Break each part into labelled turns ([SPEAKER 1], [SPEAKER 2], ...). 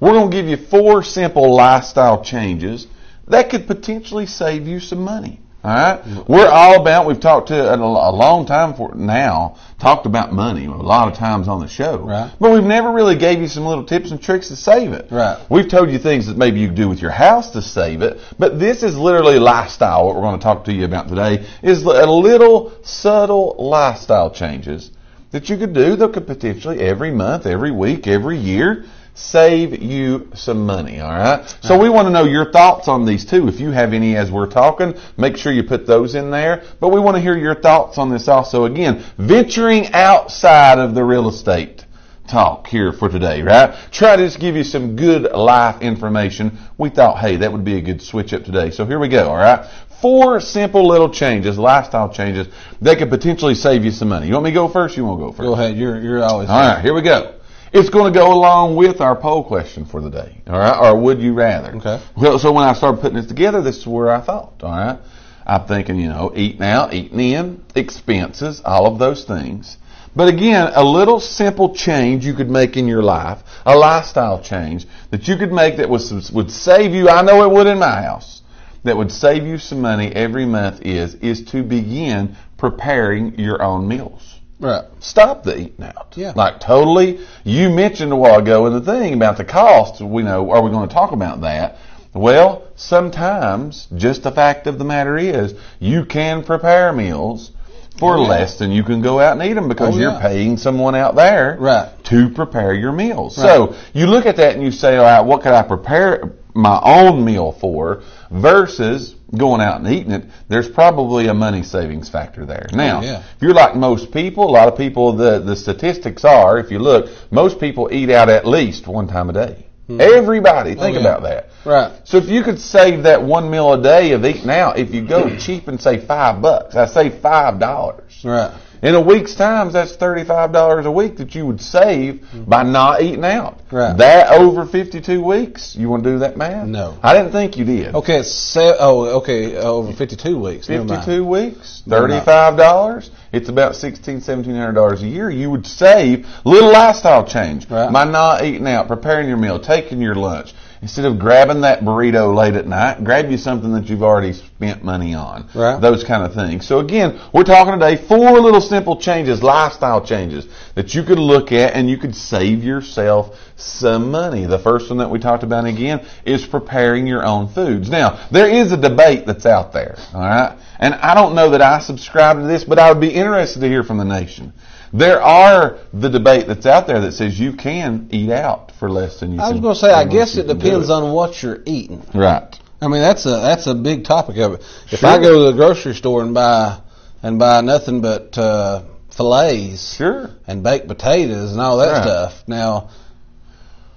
[SPEAKER 1] We're going to give you four simple lifestyle changes that could potentially save you some money. All right? We're all about, we've talked to a, a long time for now, talked about money a lot of times on the show.
[SPEAKER 2] Right.
[SPEAKER 1] But we've never really gave you some little tips and tricks to save it.
[SPEAKER 2] Right.
[SPEAKER 1] We've told you things that maybe you can do with your house to save it, but this is literally lifestyle. What we're going to talk to you about today is a little subtle lifestyle changes that you could do that could potentially every month, every week, every year save you some money, all right? So we want to know your thoughts on these too. If you have any as we're talking, make sure you put those in there. But we want to hear your thoughts on this also. Again, venturing outside of the real estate talk here for today, right? Try to just give you some good life information. We thought, hey, that would be a good switch up today. So here we go, all right? Four simple little changes, lifestyle changes, that could potentially save you some money. You want me to go first? You want to go first?
[SPEAKER 2] Go ahead. You're you're always
[SPEAKER 1] All right, here we go. It's going to go along with our poll question for the day. All right, or would you rather?
[SPEAKER 2] Okay.
[SPEAKER 1] Well, so when I started putting this together, this is where I thought. All right, I'm thinking, you know, eating out, eating in, expenses, all of those things. But again, a little simple change you could make in your life, a lifestyle change that you could make that was, would save you. I know it would in my house. That would save you some money every month is is to begin preparing your own meals
[SPEAKER 2] Right.
[SPEAKER 1] stop the eating out.
[SPEAKER 2] Yeah.
[SPEAKER 1] Like totally. You mentioned a while ago in the thing about the cost. We know. Are we going to talk about that? Well, sometimes just the fact of the matter is you can prepare meals for
[SPEAKER 2] Yeah.
[SPEAKER 1] less than you can go out and eat them because
[SPEAKER 2] Oh,
[SPEAKER 1] you're
[SPEAKER 2] yeah.
[SPEAKER 1] paying someone out there
[SPEAKER 2] Right.
[SPEAKER 1] to prepare your meals.
[SPEAKER 2] Right.
[SPEAKER 1] So you look at that and you say, all right, what could I prepare my own meal for versus going out and eating it? There's probably a money savings factor there. Now,
[SPEAKER 2] Oh, yeah.
[SPEAKER 1] if you're like most people, a lot of people, the, the statistics are, if you look, most people eat out at least one time a day. Everybody, think
[SPEAKER 2] Hmm. Oh, yeah.
[SPEAKER 1] about that.
[SPEAKER 2] Right.
[SPEAKER 1] So if you could save that one meal a day of eating out, if you go cheap and say five bucks, I say five dollars.
[SPEAKER 2] Right.
[SPEAKER 1] In a week's time, that's thirty-five dollars a week that you would save by not eating out.
[SPEAKER 2] Hmm. Right.
[SPEAKER 1] That over fifty-two weeks, you want to do that math?
[SPEAKER 2] No.
[SPEAKER 1] I didn't think you did.
[SPEAKER 2] Okay. It's se- oh, okay. Over 52 weeks. Never mind.
[SPEAKER 1] Fifty-two weeks,
[SPEAKER 2] Never mind.
[SPEAKER 1] thirty-five dollars. It's about sixteen, seventeen hundred dollars a year. You would save little lifestyle change
[SPEAKER 2] Right.
[SPEAKER 1] by not eating out, preparing your meal, taking your lunch. Instead of grabbing that burrito late at night, grab you something that you've already spent money on.
[SPEAKER 2] Right.
[SPEAKER 1] Those kind of things. So again, we're talking today four little simple changes, lifestyle changes that you could look at and you could save yourself some money. The first one that we talked about again is preparing your own foods. Now, there is a debate that's out there, all right? And I don't know that I subscribe to this, but I would be interested to hear from the nation. There are the debate that's out there that says you can eat out for less than you
[SPEAKER 2] I was
[SPEAKER 1] can-
[SPEAKER 2] going to say. I
[SPEAKER 1] than
[SPEAKER 2] guess
[SPEAKER 1] you
[SPEAKER 2] it
[SPEAKER 1] can do
[SPEAKER 2] depends on what you're eating.
[SPEAKER 1] Right.
[SPEAKER 2] I mean, that's a that's a big topic of it. If
[SPEAKER 1] Sure.
[SPEAKER 2] I go to the grocery store and buy and buy nothing but uh, fillets
[SPEAKER 1] Sure.
[SPEAKER 2] and baked potatoes and all that
[SPEAKER 1] Right.
[SPEAKER 2] stuff, now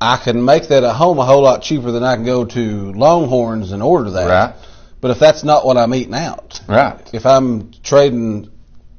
[SPEAKER 2] I can make that at home a whole lot cheaper than I can go to Longhorns and order that.
[SPEAKER 1] Right.
[SPEAKER 2] But if that's not what I'm eating out,
[SPEAKER 1] Right.
[SPEAKER 2] if I'm trading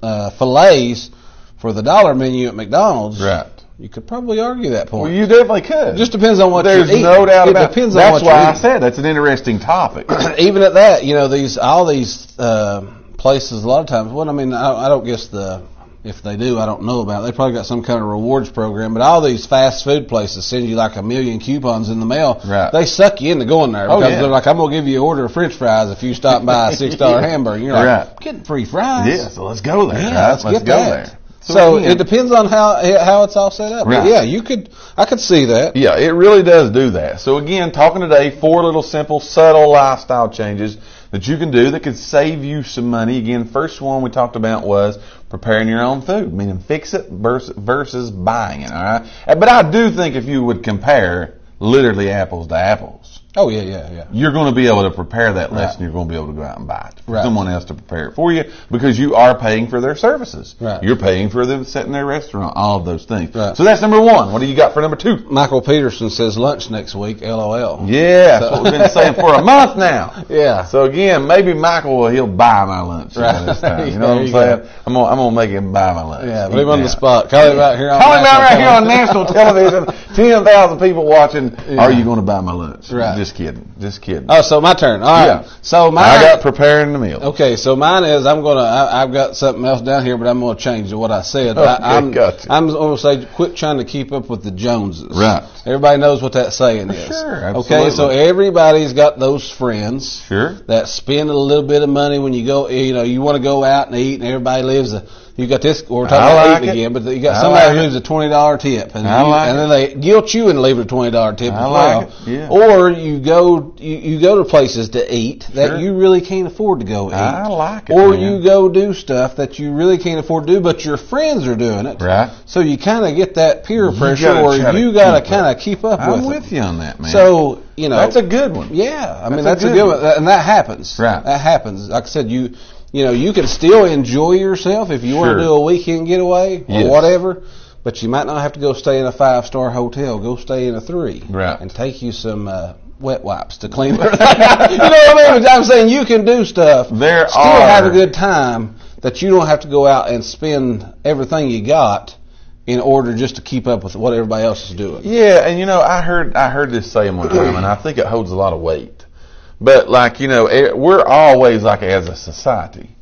[SPEAKER 2] uh, fillets for the dollar menu at McDonald's,
[SPEAKER 1] Right.
[SPEAKER 2] you could probably argue that point.
[SPEAKER 1] Well, you definitely could.
[SPEAKER 2] just depends on what
[SPEAKER 1] There's
[SPEAKER 2] you're eating.
[SPEAKER 1] no doubt
[SPEAKER 2] it
[SPEAKER 1] about
[SPEAKER 2] depends
[SPEAKER 1] That's
[SPEAKER 2] on what
[SPEAKER 1] why
[SPEAKER 2] you're
[SPEAKER 1] I
[SPEAKER 2] eating.
[SPEAKER 1] said that's an interesting topic.
[SPEAKER 2] even at that, you know, these all these uh, places a lot of times. Well, I mean, I, I don't guess the if they do, I don't know about. It. They probably got some kind of rewards program, but all these fast food places send you like a million coupons in the mail.
[SPEAKER 1] Right.
[SPEAKER 2] They suck you into going there
[SPEAKER 1] Oh,
[SPEAKER 2] because
[SPEAKER 1] yeah.
[SPEAKER 2] they're like, I'm gonna give you an order of French fries if you stop by a six dollar
[SPEAKER 1] Yeah.
[SPEAKER 2] hamburger. And you're like,
[SPEAKER 1] Right.
[SPEAKER 2] getting free fries.
[SPEAKER 1] yeah, so let's go there.
[SPEAKER 2] Yeah,
[SPEAKER 1] right?
[SPEAKER 2] let's, get
[SPEAKER 1] go
[SPEAKER 2] that.
[SPEAKER 1] there.
[SPEAKER 2] So,
[SPEAKER 1] again-
[SPEAKER 2] it depends on how how it's all set up. But
[SPEAKER 1] Right.
[SPEAKER 2] Yeah, you could. I could see that.
[SPEAKER 1] Yeah, it really does do that. So again, talking today, four little simple, subtle lifestyle changes that you can do that could save you some money. Again, first one we talked about was preparing your own food, meaning fix it vers- versus buying it. All right, Uh, but I do think if you would compare literally apples to apples,
[SPEAKER 2] Oh yeah, yeah, yeah.
[SPEAKER 1] you're going to be able to prepare that
[SPEAKER 2] Right.
[SPEAKER 1] lesson. You're going to be able to go out and buy it. For
[SPEAKER 2] Right.
[SPEAKER 1] Someone else to prepare it for you because you are paying for their services.
[SPEAKER 2] Right.
[SPEAKER 1] You're paying for them setting their restaurant, all of those things.
[SPEAKER 2] Right.
[SPEAKER 1] So that's number one. What do you got for number two?
[SPEAKER 2] Michael Peterson says lunch next week. LOL.
[SPEAKER 1] Yeah, that's what we've been saying for a month now.
[SPEAKER 2] Yeah.
[SPEAKER 1] So again, maybe Michael will he'll buy my lunch you know,
[SPEAKER 2] Right.
[SPEAKER 1] this time. You know
[SPEAKER 2] There
[SPEAKER 1] what I'm
[SPEAKER 2] you
[SPEAKER 1] saying?
[SPEAKER 2] go.
[SPEAKER 1] I'm gonna I'm gonna make him buy my lunch.
[SPEAKER 2] Yeah, put him
[SPEAKER 1] Eat
[SPEAKER 2] on the
[SPEAKER 1] now.
[SPEAKER 2] spot. Call him out here on
[SPEAKER 1] Call him out
[SPEAKER 2] national
[SPEAKER 1] right here on
[SPEAKER 2] television.
[SPEAKER 1] national television. Ten thousand people watching.
[SPEAKER 2] Yeah.
[SPEAKER 1] Are you going to buy my lunch?
[SPEAKER 2] Right.
[SPEAKER 1] just kidding. Just kidding.
[SPEAKER 2] Oh, so my turn. All right.
[SPEAKER 1] Yeah.
[SPEAKER 2] So my
[SPEAKER 1] I got preparing the meal.
[SPEAKER 2] Okay, so mine is I'm gonna I, I've got something else down here, but I'm gonna change what I said.
[SPEAKER 1] Okay,
[SPEAKER 2] I, I'm
[SPEAKER 1] gotcha.
[SPEAKER 2] I'm gonna say quit trying to keep up with the Joneses.
[SPEAKER 1] Right.
[SPEAKER 2] Everybody knows what that saying is.
[SPEAKER 1] Sure,
[SPEAKER 2] Okay, so
[SPEAKER 1] absolutely.
[SPEAKER 2] everybody's got those friends
[SPEAKER 1] Sure.
[SPEAKER 2] that spend a little bit of money when you go. You know, you want to go out and eat, and everybody lives. A, you got this. We're talking
[SPEAKER 1] I
[SPEAKER 2] about
[SPEAKER 1] like
[SPEAKER 2] eating
[SPEAKER 1] it.
[SPEAKER 2] again, but you got
[SPEAKER 1] I
[SPEAKER 2] somebody
[SPEAKER 1] like
[SPEAKER 2] who
[SPEAKER 1] it.
[SPEAKER 2] leaves a twenty dollar tip, and,
[SPEAKER 1] I
[SPEAKER 2] you-
[SPEAKER 1] like
[SPEAKER 2] and then they guilt you and leave a twenty dollar tip
[SPEAKER 1] I
[SPEAKER 2] as
[SPEAKER 1] like it,
[SPEAKER 2] well.
[SPEAKER 1] yeah.
[SPEAKER 2] Or you go you, you go to places to eat
[SPEAKER 1] Sure.
[SPEAKER 2] that you really can't afford to go eat.
[SPEAKER 1] I like it,
[SPEAKER 2] Or
[SPEAKER 1] man.
[SPEAKER 2] you go do stuff that you really can't afford to do, but your friends are doing it.
[SPEAKER 1] Right.
[SPEAKER 2] So you kind of get that peer
[SPEAKER 1] You
[SPEAKER 2] pressure,
[SPEAKER 1] gotta
[SPEAKER 2] or
[SPEAKER 1] try to
[SPEAKER 2] you got to
[SPEAKER 1] keep
[SPEAKER 2] kind
[SPEAKER 1] up.
[SPEAKER 2] of keep up
[SPEAKER 1] I'm
[SPEAKER 2] with,
[SPEAKER 1] with,
[SPEAKER 2] it.
[SPEAKER 1] you on that, man.
[SPEAKER 2] So you know
[SPEAKER 1] that's a good one.
[SPEAKER 2] yeah, I mean
[SPEAKER 1] That's
[SPEAKER 2] that's
[SPEAKER 1] a
[SPEAKER 2] a
[SPEAKER 1] good
[SPEAKER 2] good
[SPEAKER 1] one.
[SPEAKER 2] one, and that happens.
[SPEAKER 1] Right.
[SPEAKER 2] that happens. Like I said, you you know you can still enjoy yourself if you want
[SPEAKER 1] Sure.
[SPEAKER 2] to do a weekend getaway or
[SPEAKER 1] Yes.
[SPEAKER 2] whatever, but you might not have to go stay in a five star hotel. Go stay in a three,
[SPEAKER 1] Right.
[SPEAKER 2] And take you some uh, wet wipes to clean everything. out. you know what I mean? I'm saying you can do stuff.
[SPEAKER 1] There
[SPEAKER 2] still
[SPEAKER 1] are-
[SPEAKER 2] have a good time that you don't have to go out and spend everything you got in order just to keep up with what everybody else is doing.
[SPEAKER 1] Yeah, and you know, I heard I heard this saying one time, and I think it holds a lot of weight. But like you know, eh, we're always like as a society,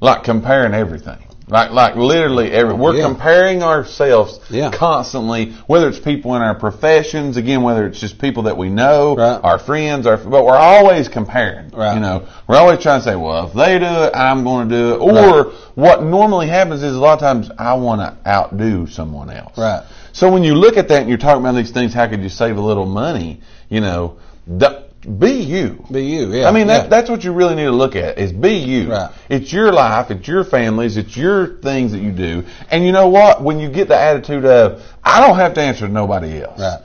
[SPEAKER 1] like comparing everything. Like like literally every we're
[SPEAKER 2] Yeah.
[SPEAKER 1] comparing ourselves
[SPEAKER 2] Yeah.
[SPEAKER 1] constantly, whether it's people in our professions, again, whether it's just people that we know,
[SPEAKER 2] Right.
[SPEAKER 1] our friends, our but we're always comparing.
[SPEAKER 2] Right.
[SPEAKER 1] You know, we're always trying to say, well, if they do it, I'm going to do it. Or what normally happens is a lot of times I want to outdo someone else.
[SPEAKER 2] Right.
[SPEAKER 1] So when you look at that and you're talking about these things, how could you save a little money? You know, the, be you.
[SPEAKER 2] Be you, yeah.
[SPEAKER 1] I mean, that,
[SPEAKER 2] yeah.
[SPEAKER 1] that's what you really need to look at is be you.
[SPEAKER 2] Right.
[SPEAKER 1] It's your life, it's your families, it's your things that you do. And you know what? When you get the attitude of, I don't have to answer to nobody else.
[SPEAKER 2] Right.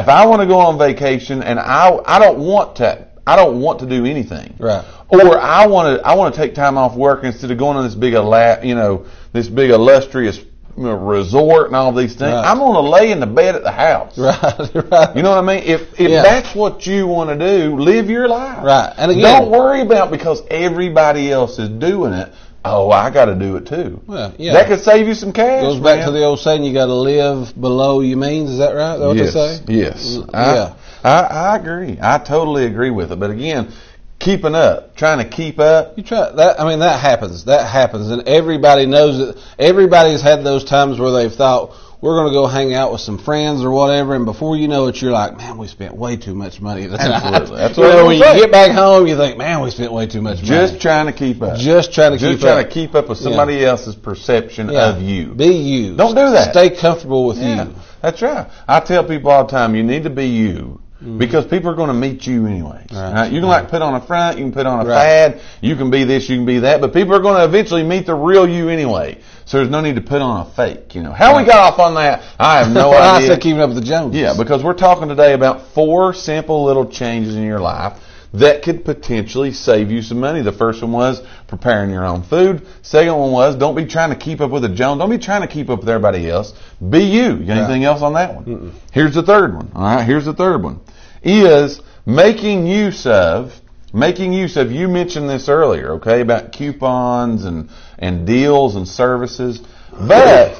[SPEAKER 1] If I want to go on vacation and I, I don't want to, I don't want to do anything.
[SPEAKER 2] Right.
[SPEAKER 1] Or I want to, I want to take time off work instead of going on this big, ala- you know, this big illustrious you know, resort and all these things.
[SPEAKER 2] Right.
[SPEAKER 1] I'm going to lay in the bed at the house.
[SPEAKER 2] right, right.
[SPEAKER 1] You know what I mean? If if
[SPEAKER 2] Yeah.
[SPEAKER 1] that's what you want to do, live your life.
[SPEAKER 2] Right. And again-
[SPEAKER 1] don't worry about because everybody else is doing it. Oh, I got to do it too.
[SPEAKER 2] Well, yeah.
[SPEAKER 1] That could save you some cash.
[SPEAKER 2] Goes back
[SPEAKER 1] man.
[SPEAKER 2] to the old saying, you got to live below your means. Is that right? Is that what
[SPEAKER 1] yes,
[SPEAKER 2] they say?
[SPEAKER 1] yes.
[SPEAKER 2] L-
[SPEAKER 1] I,
[SPEAKER 2] yeah.
[SPEAKER 1] I I agree. I totally agree with it. But again, keeping up, trying to keep up.
[SPEAKER 2] You try that. I mean, that happens. That happens, and everybody knows it. Everybody's had those times where they've thought we're going to go hang out with some friends or whatever, and before you know it, you're like, man, we spent way too much money. tonight."
[SPEAKER 1] Absolutely. That's
[SPEAKER 2] You
[SPEAKER 1] what
[SPEAKER 2] know,
[SPEAKER 1] I'm
[SPEAKER 2] when you
[SPEAKER 1] saying.
[SPEAKER 2] get back home, you think, man, we spent way too much money.
[SPEAKER 1] Just trying to keep up.
[SPEAKER 2] just trying to
[SPEAKER 1] Just
[SPEAKER 2] keep
[SPEAKER 1] trying
[SPEAKER 2] up.
[SPEAKER 1] to keep up with somebody else's perception
[SPEAKER 2] Yeah.
[SPEAKER 1] of you.
[SPEAKER 2] Be you.
[SPEAKER 1] Don't do that.
[SPEAKER 2] Stay comfortable with
[SPEAKER 1] Yeah,
[SPEAKER 2] you.
[SPEAKER 1] that's right. I tell people all the time, you need to be you. Because people are going to meet you anyways.
[SPEAKER 2] Mm. Right.
[SPEAKER 1] right? You can like put on a front, you can put on a
[SPEAKER 2] Right.
[SPEAKER 1] fad, you can be this, you can be that, but people are going to eventually meet the real you anyway. So there's no need to put on a fake. You know how we
[SPEAKER 2] Right.
[SPEAKER 1] got off on that, I have no
[SPEAKER 2] I
[SPEAKER 1] idea.
[SPEAKER 2] said keeping up with the Joneses.
[SPEAKER 1] Yeah, because we're talking today about four simple little changes in your life that could potentially save you some money. The first one was preparing your own food. Second one was don't be trying to keep up with the Jones. Don't be trying to keep up with everybody else. Be you. You got anything else on that one? Here's the third one. All right, here's the third one is making use of making use of you mentioned this earlier, okay, about coupons and and deals and services, but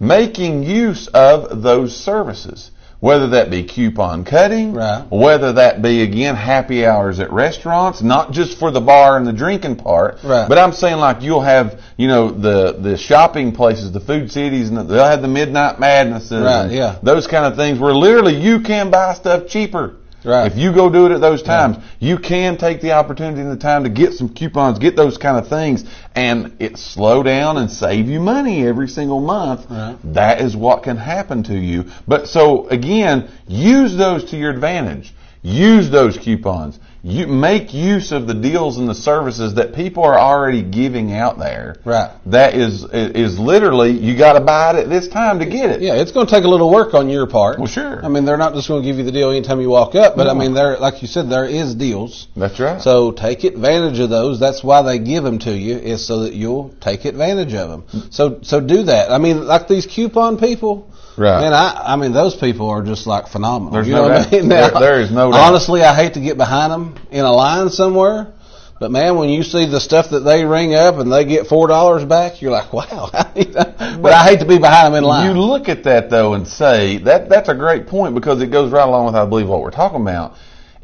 [SPEAKER 1] making use of those services. Whether that be coupon cutting,
[SPEAKER 2] Right.
[SPEAKER 1] whether that be again happy hours at restaurants, not just for the bar and the drinking part,
[SPEAKER 2] Right.
[SPEAKER 1] but I'm saying like you'll have you know the the shopping places, the food cities, and they'll have the midnight madnesses,
[SPEAKER 2] Right,
[SPEAKER 1] and
[SPEAKER 2] yeah.
[SPEAKER 1] those kind of things where literally you can buy stuff cheaper.
[SPEAKER 2] Right.
[SPEAKER 1] If you go do it at those times, you can take the opportunity and the time to get some coupons, get those kind of things, and it slow down and save you money every single month.
[SPEAKER 2] Right.
[SPEAKER 1] That is what can happen to you. But so again, use those to your advantage. Use those coupons. You make use of the deals and the services that people are already giving out there.
[SPEAKER 2] Right.
[SPEAKER 1] That is is literally you got to buy it at this time to get it.
[SPEAKER 2] Yeah, it's going to take a little work on your part.
[SPEAKER 1] Well, sure.
[SPEAKER 2] I mean, they're not just going to give you the deal anytime you walk up, but I mean, there, like you said, there is deals.
[SPEAKER 1] That's right.
[SPEAKER 2] So take advantage of those. That's why they give them to you is so that you'll take advantage of them. So so do that. I mean, like these coupon people.
[SPEAKER 1] Right.
[SPEAKER 2] Man, I I mean those people are just like phenomenal.
[SPEAKER 1] There's
[SPEAKER 2] you
[SPEAKER 1] no
[SPEAKER 2] know what
[SPEAKER 1] doubt.
[SPEAKER 2] I mean?
[SPEAKER 1] There-
[SPEAKER 2] Now,
[SPEAKER 1] there is no doubt.
[SPEAKER 2] Honestly, I hate to get behind them in a line somewhere. But man, when you see the stuff that they ring up and they get four dollars back, you're like, wow. but I hate to be behind them in line.
[SPEAKER 1] You look at that though and say that that's a great point because it goes right along with I believe what we're talking about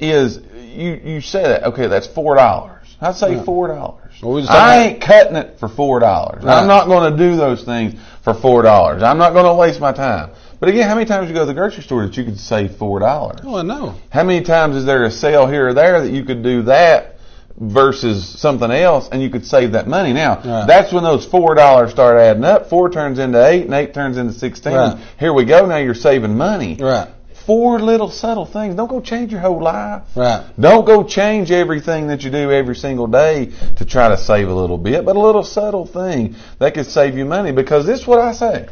[SPEAKER 1] is you you say that okay that's four dollars. I say four dollars.
[SPEAKER 2] Well, we just
[SPEAKER 1] I
[SPEAKER 2] talking-
[SPEAKER 1] ain't cutting it for four dollars.
[SPEAKER 2] Right.
[SPEAKER 1] I'm not going to do those things for four dollars. I'm not going to waste my time. But again, how many times you go to the grocery store that you could save four dollars?
[SPEAKER 2] Oh, I know.
[SPEAKER 1] How many times is there a sale here or there that you could do that versus something else and you could save that money? Now,
[SPEAKER 2] Right.
[SPEAKER 1] that's when those four dollars start adding up. Four turns into eight and eight turns into sixteen.
[SPEAKER 2] Right.
[SPEAKER 1] Here we go, now you're saving money.
[SPEAKER 2] Right.
[SPEAKER 1] Four little subtle things. Don't go change your whole life.
[SPEAKER 2] Right.
[SPEAKER 1] Don't go change everything that you do every single day to try to save a little bit, but a little subtle thing that could save you money because this is what I say.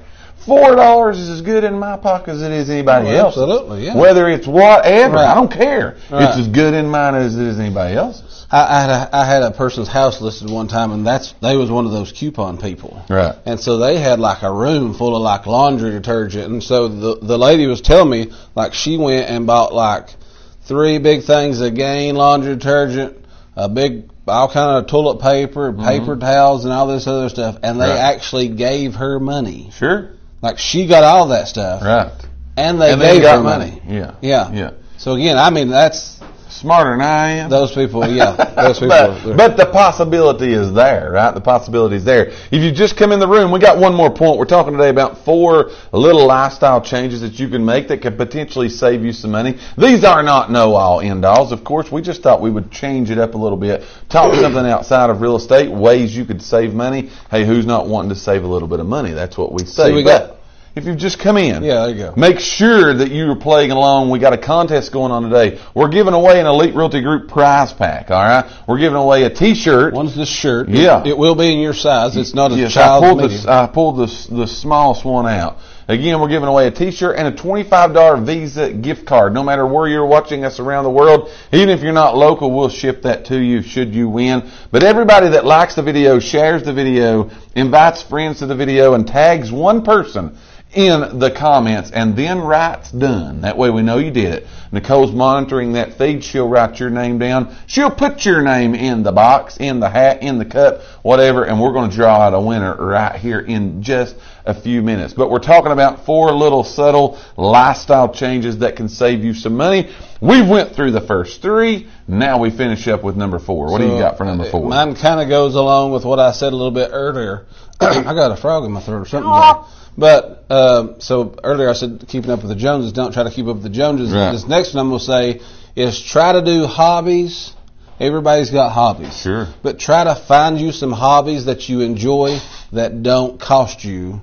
[SPEAKER 1] Four dollars is as good in my pocket as it is anybody
[SPEAKER 2] Well,
[SPEAKER 1] else's.
[SPEAKER 2] absolutely, yeah.
[SPEAKER 1] Whether it's whatever,
[SPEAKER 2] Right.
[SPEAKER 1] I don't care.
[SPEAKER 2] Right.
[SPEAKER 1] It's as good in mine as it is anybody else's.
[SPEAKER 2] I, I had a, I had a person's house listed one time, and that's they was one of those coupon people.
[SPEAKER 1] Right.
[SPEAKER 2] And so they had like a room full of like laundry detergent, and so the the lady was telling me like she went and bought like three big things of Gain laundry detergent, a big all kind of toilet paper, paper towels, and all this other stuff, and they
[SPEAKER 1] Right.
[SPEAKER 2] actually gave her money.
[SPEAKER 1] Sure.
[SPEAKER 2] Like she got all that stuff,
[SPEAKER 1] Right.
[SPEAKER 2] and they
[SPEAKER 1] and
[SPEAKER 2] gave
[SPEAKER 1] they got
[SPEAKER 2] her money.
[SPEAKER 1] money. Yeah.
[SPEAKER 2] Yeah.
[SPEAKER 1] Yeah.
[SPEAKER 2] So again, I mean that's
[SPEAKER 1] Smarter than I am.
[SPEAKER 2] those people. Yeah, those people.
[SPEAKER 1] but, but the possibility is there, right? The possibility is there. If you just come in the room, we got one more point. We're talking today about four little lifestyle changes that you can make that could potentially save you some money. These are not no all end alls. Of course, we just thought we would change it up a little bit, talk something outside of real estate, ways you could save money. Hey, who's not wanting to save a little bit of money? That's what we say.
[SPEAKER 2] we
[SPEAKER 1] But
[SPEAKER 2] got-
[SPEAKER 1] if you've just come in,
[SPEAKER 2] Yeah, there you go.
[SPEAKER 1] Make sure that you are playing along. We got a contest going on today. We're giving away an Elite Realty Group prize pack. All right, we're giving away a T-shirt.
[SPEAKER 2] One's this shirt.
[SPEAKER 1] Yeah.
[SPEAKER 2] It, it will be in your size. It's not a
[SPEAKER 1] yes, I
[SPEAKER 2] child's
[SPEAKER 1] pulled
[SPEAKER 2] medium.
[SPEAKER 1] the I pulled the s- the smallest one out. Again, we're giving away a T-shirt and a twenty-five dollar Visa gift card. No matter where you're watching us around the world, even if you're not local, we'll ship that to you should you win. But everybody that likes the video, shares the video, invites friends to the video, and tags one person in the comments and then writes done. That way we know you did it. Nicole's monitoring that feed. She'll write your name down. She'll put your name in the box, in the hat, in the cup, whatever, and we're going to draw out a winner right here in just a few minutes. But we're talking about four little subtle lifestyle changes that can save you some money. We went through the first three. Now we finish up with number four. What do you got for number four?
[SPEAKER 2] Uh, Mine kind of goes along with what I said a little bit earlier. I got a frog in my throat or something. there. But um, so earlier I said keeping up with the Joneses. Don't try to keep up with the Joneses.
[SPEAKER 1] Right.
[SPEAKER 2] This next one I'm gonna say is try to do hobbies. Everybody's got hobbies.
[SPEAKER 1] Sure.
[SPEAKER 2] But try to find you some hobbies that you enjoy that don't cost you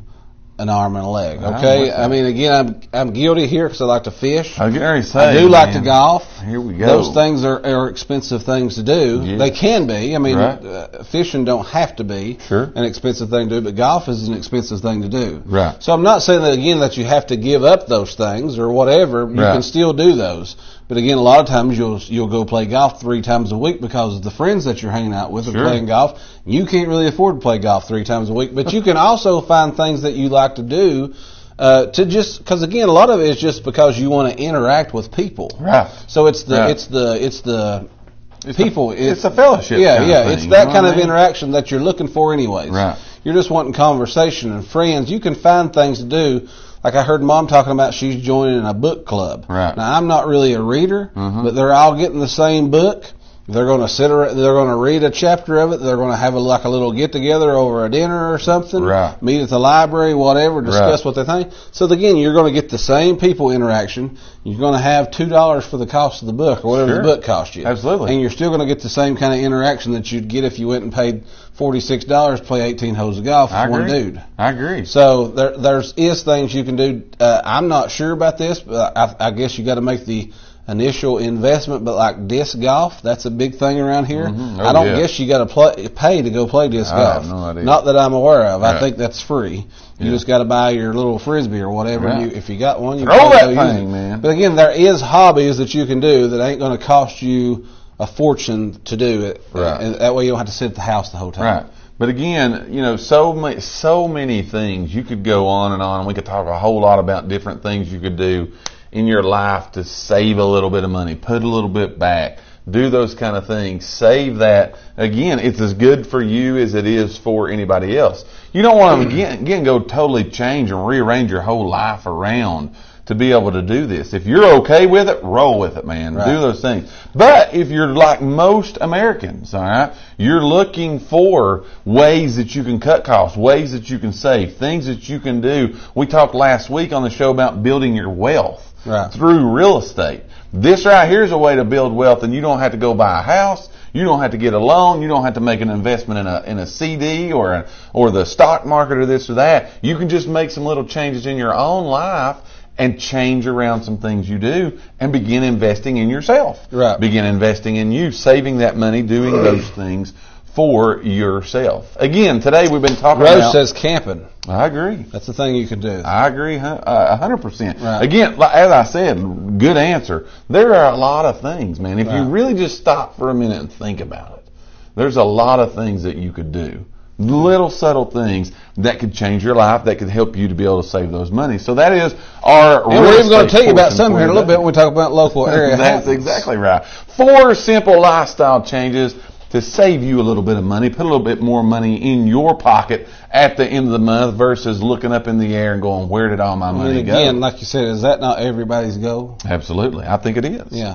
[SPEAKER 2] an arm and a leg.
[SPEAKER 1] I'm with
[SPEAKER 2] Okay.
[SPEAKER 1] that.
[SPEAKER 2] I mean, again, I'm I'm guilty here because I like to fish.
[SPEAKER 1] I, can already say,
[SPEAKER 2] I do like
[SPEAKER 1] man.
[SPEAKER 2] to golf.
[SPEAKER 1] Here we go.
[SPEAKER 2] Those things are, are expensive things to do.
[SPEAKER 1] Yeah.
[SPEAKER 2] They can be. I mean,
[SPEAKER 1] Right.
[SPEAKER 2] uh, fishing don't have to be
[SPEAKER 1] Sure.
[SPEAKER 2] an expensive thing to do, but golf is an expensive thing to do.
[SPEAKER 1] Right.
[SPEAKER 2] So I'm not saying that again that you have to give up those things or whatever. You
[SPEAKER 1] Right.
[SPEAKER 2] can still do those. But again, a lot of times you'll you'll go play golf three times a week because the friends that you're hanging out with
[SPEAKER 1] Sure.
[SPEAKER 2] are playing golf. You can't really afford to play golf three times a week, but you can also find things that you like to do. Uh, to just because again, a lot of it is just because you want to interact with people.
[SPEAKER 1] Right.
[SPEAKER 2] So it's the
[SPEAKER 1] Right.
[SPEAKER 2] it's the it's the
[SPEAKER 1] It's a-
[SPEAKER 2] people.
[SPEAKER 1] it's a fellowship
[SPEAKER 2] Yeah,
[SPEAKER 1] kind of
[SPEAKER 2] yeah.
[SPEAKER 1] thing,
[SPEAKER 2] it's
[SPEAKER 1] you know
[SPEAKER 2] that
[SPEAKER 1] what
[SPEAKER 2] kind
[SPEAKER 1] I
[SPEAKER 2] of
[SPEAKER 1] mean?
[SPEAKER 2] interaction that you're looking for, anyways.
[SPEAKER 1] Right.
[SPEAKER 2] You're just wanting conversation and friends. You can find things to do. Like I heard mom talking about, she's joining a book club.
[SPEAKER 1] Right. Mm-hmm.
[SPEAKER 2] Now I'm not really a reader, but they're all getting the same book. They're going to sit. ar- They're going to read a chapter of it. They're going to have a, like a little get together over a dinner or something.
[SPEAKER 1] Right.
[SPEAKER 2] Meet at the library, whatever. Discuss
[SPEAKER 1] Right.
[SPEAKER 2] what they think. So again, you're going to get the same people interaction. You're going to have two dollars for the cost of the book or whatever
[SPEAKER 1] Sure.
[SPEAKER 2] the book cost you.
[SPEAKER 1] Absolutely.
[SPEAKER 2] And you're still going to get the same kind of interaction that you'd get if you went and paid forty six dollars to play eighteen holes of golf
[SPEAKER 1] I
[SPEAKER 2] with one
[SPEAKER 1] agree.
[SPEAKER 2] dude.
[SPEAKER 1] I agree.
[SPEAKER 2] So there there's is things you can do. Uh, I'm not sure about this, but I, I guess you got to make the initial investment. But like disc golf, that's a big thing around here.
[SPEAKER 1] Mhm. Oh,
[SPEAKER 2] I don't
[SPEAKER 1] yeah.
[SPEAKER 2] guess you got to play, pay to go play disc
[SPEAKER 1] I have
[SPEAKER 2] golf.
[SPEAKER 1] no idea.
[SPEAKER 2] Not that I'm aware of.
[SPEAKER 1] Right.
[SPEAKER 2] I think that's free. You
[SPEAKER 1] Yeah.
[SPEAKER 2] just got to buy your little frisbee or whatever.
[SPEAKER 1] Right.
[SPEAKER 2] You, if you got one, you
[SPEAKER 1] Throw
[SPEAKER 2] probably
[SPEAKER 1] that
[SPEAKER 2] go use
[SPEAKER 1] thing,
[SPEAKER 2] it.
[SPEAKER 1] man.
[SPEAKER 2] But again, there is hobbies that you can do that ain't going to cost you a fortune to do it.
[SPEAKER 1] Right.
[SPEAKER 2] And that way you don't have to sit at the house the whole time.
[SPEAKER 1] Right. But again, you know, so many, so many things you could go on and on. We could talk a whole lot about different things you could do in your life to save a little bit of money, put a little bit back, do those kind of things, save that. Again, it's as good for you as it is for anybody else. You don't want to again, again go totally change and rearrange your whole life around to be able to do this. If you're okay with it, roll with it, man.
[SPEAKER 2] Right.
[SPEAKER 1] Do those things. But if you're like most Americans, all right, you're looking for ways that you can cut costs, ways that you can save, things that you can do. We talked last week on the show about building your wealth
[SPEAKER 2] Right.
[SPEAKER 1] through real estate. This right here is a way to build wealth, and you don't have to go buy a house. You don't have to get a loan. You don't have to make an investment in a in a CD or a, or the stock market or this or that. You can just make some little changes in your own life and change around some things you do and begin investing in yourself.
[SPEAKER 2] Right.
[SPEAKER 1] Begin investing in you, saving that money, doing those things for yourself. Again, today we've been talking
[SPEAKER 2] Rose
[SPEAKER 1] about.
[SPEAKER 2] says camping.
[SPEAKER 1] I agree.
[SPEAKER 2] That's the thing you can do.
[SPEAKER 1] I agree hun- uh, a hundred percent.
[SPEAKER 2] Right.
[SPEAKER 1] Again, li- as I said, good answer. There are a lot of things, man. If
[SPEAKER 2] Right.
[SPEAKER 1] you really just stop for a minute and think about it, there's a lot of things that you could do. Little subtle things that could change your life, that could help you to be able to save those money. So that is our.
[SPEAKER 2] and we're even going to tell you about
[SPEAKER 1] some
[SPEAKER 2] some here in a little bit when we talk about local area.
[SPEAKER 1] That's
[SPEAKER 2] habits.
[SPEAKER 1] exactly right. Four simple lifestyle changes to save you a little bit of money, put a little bit more money in your pocket at the end of the month versus looking up in the air and going, where did all my
[SPEAKER 2] And
[SPEAKER 1] money
[SPEAKER 2] again,
[SPEAKER 1] go?
[SPEAKER 2] like you said, is that not everybody's goal?
[SPEAKER 1] Absolutely. I think it is.
[SPEAKER 2] Yeah.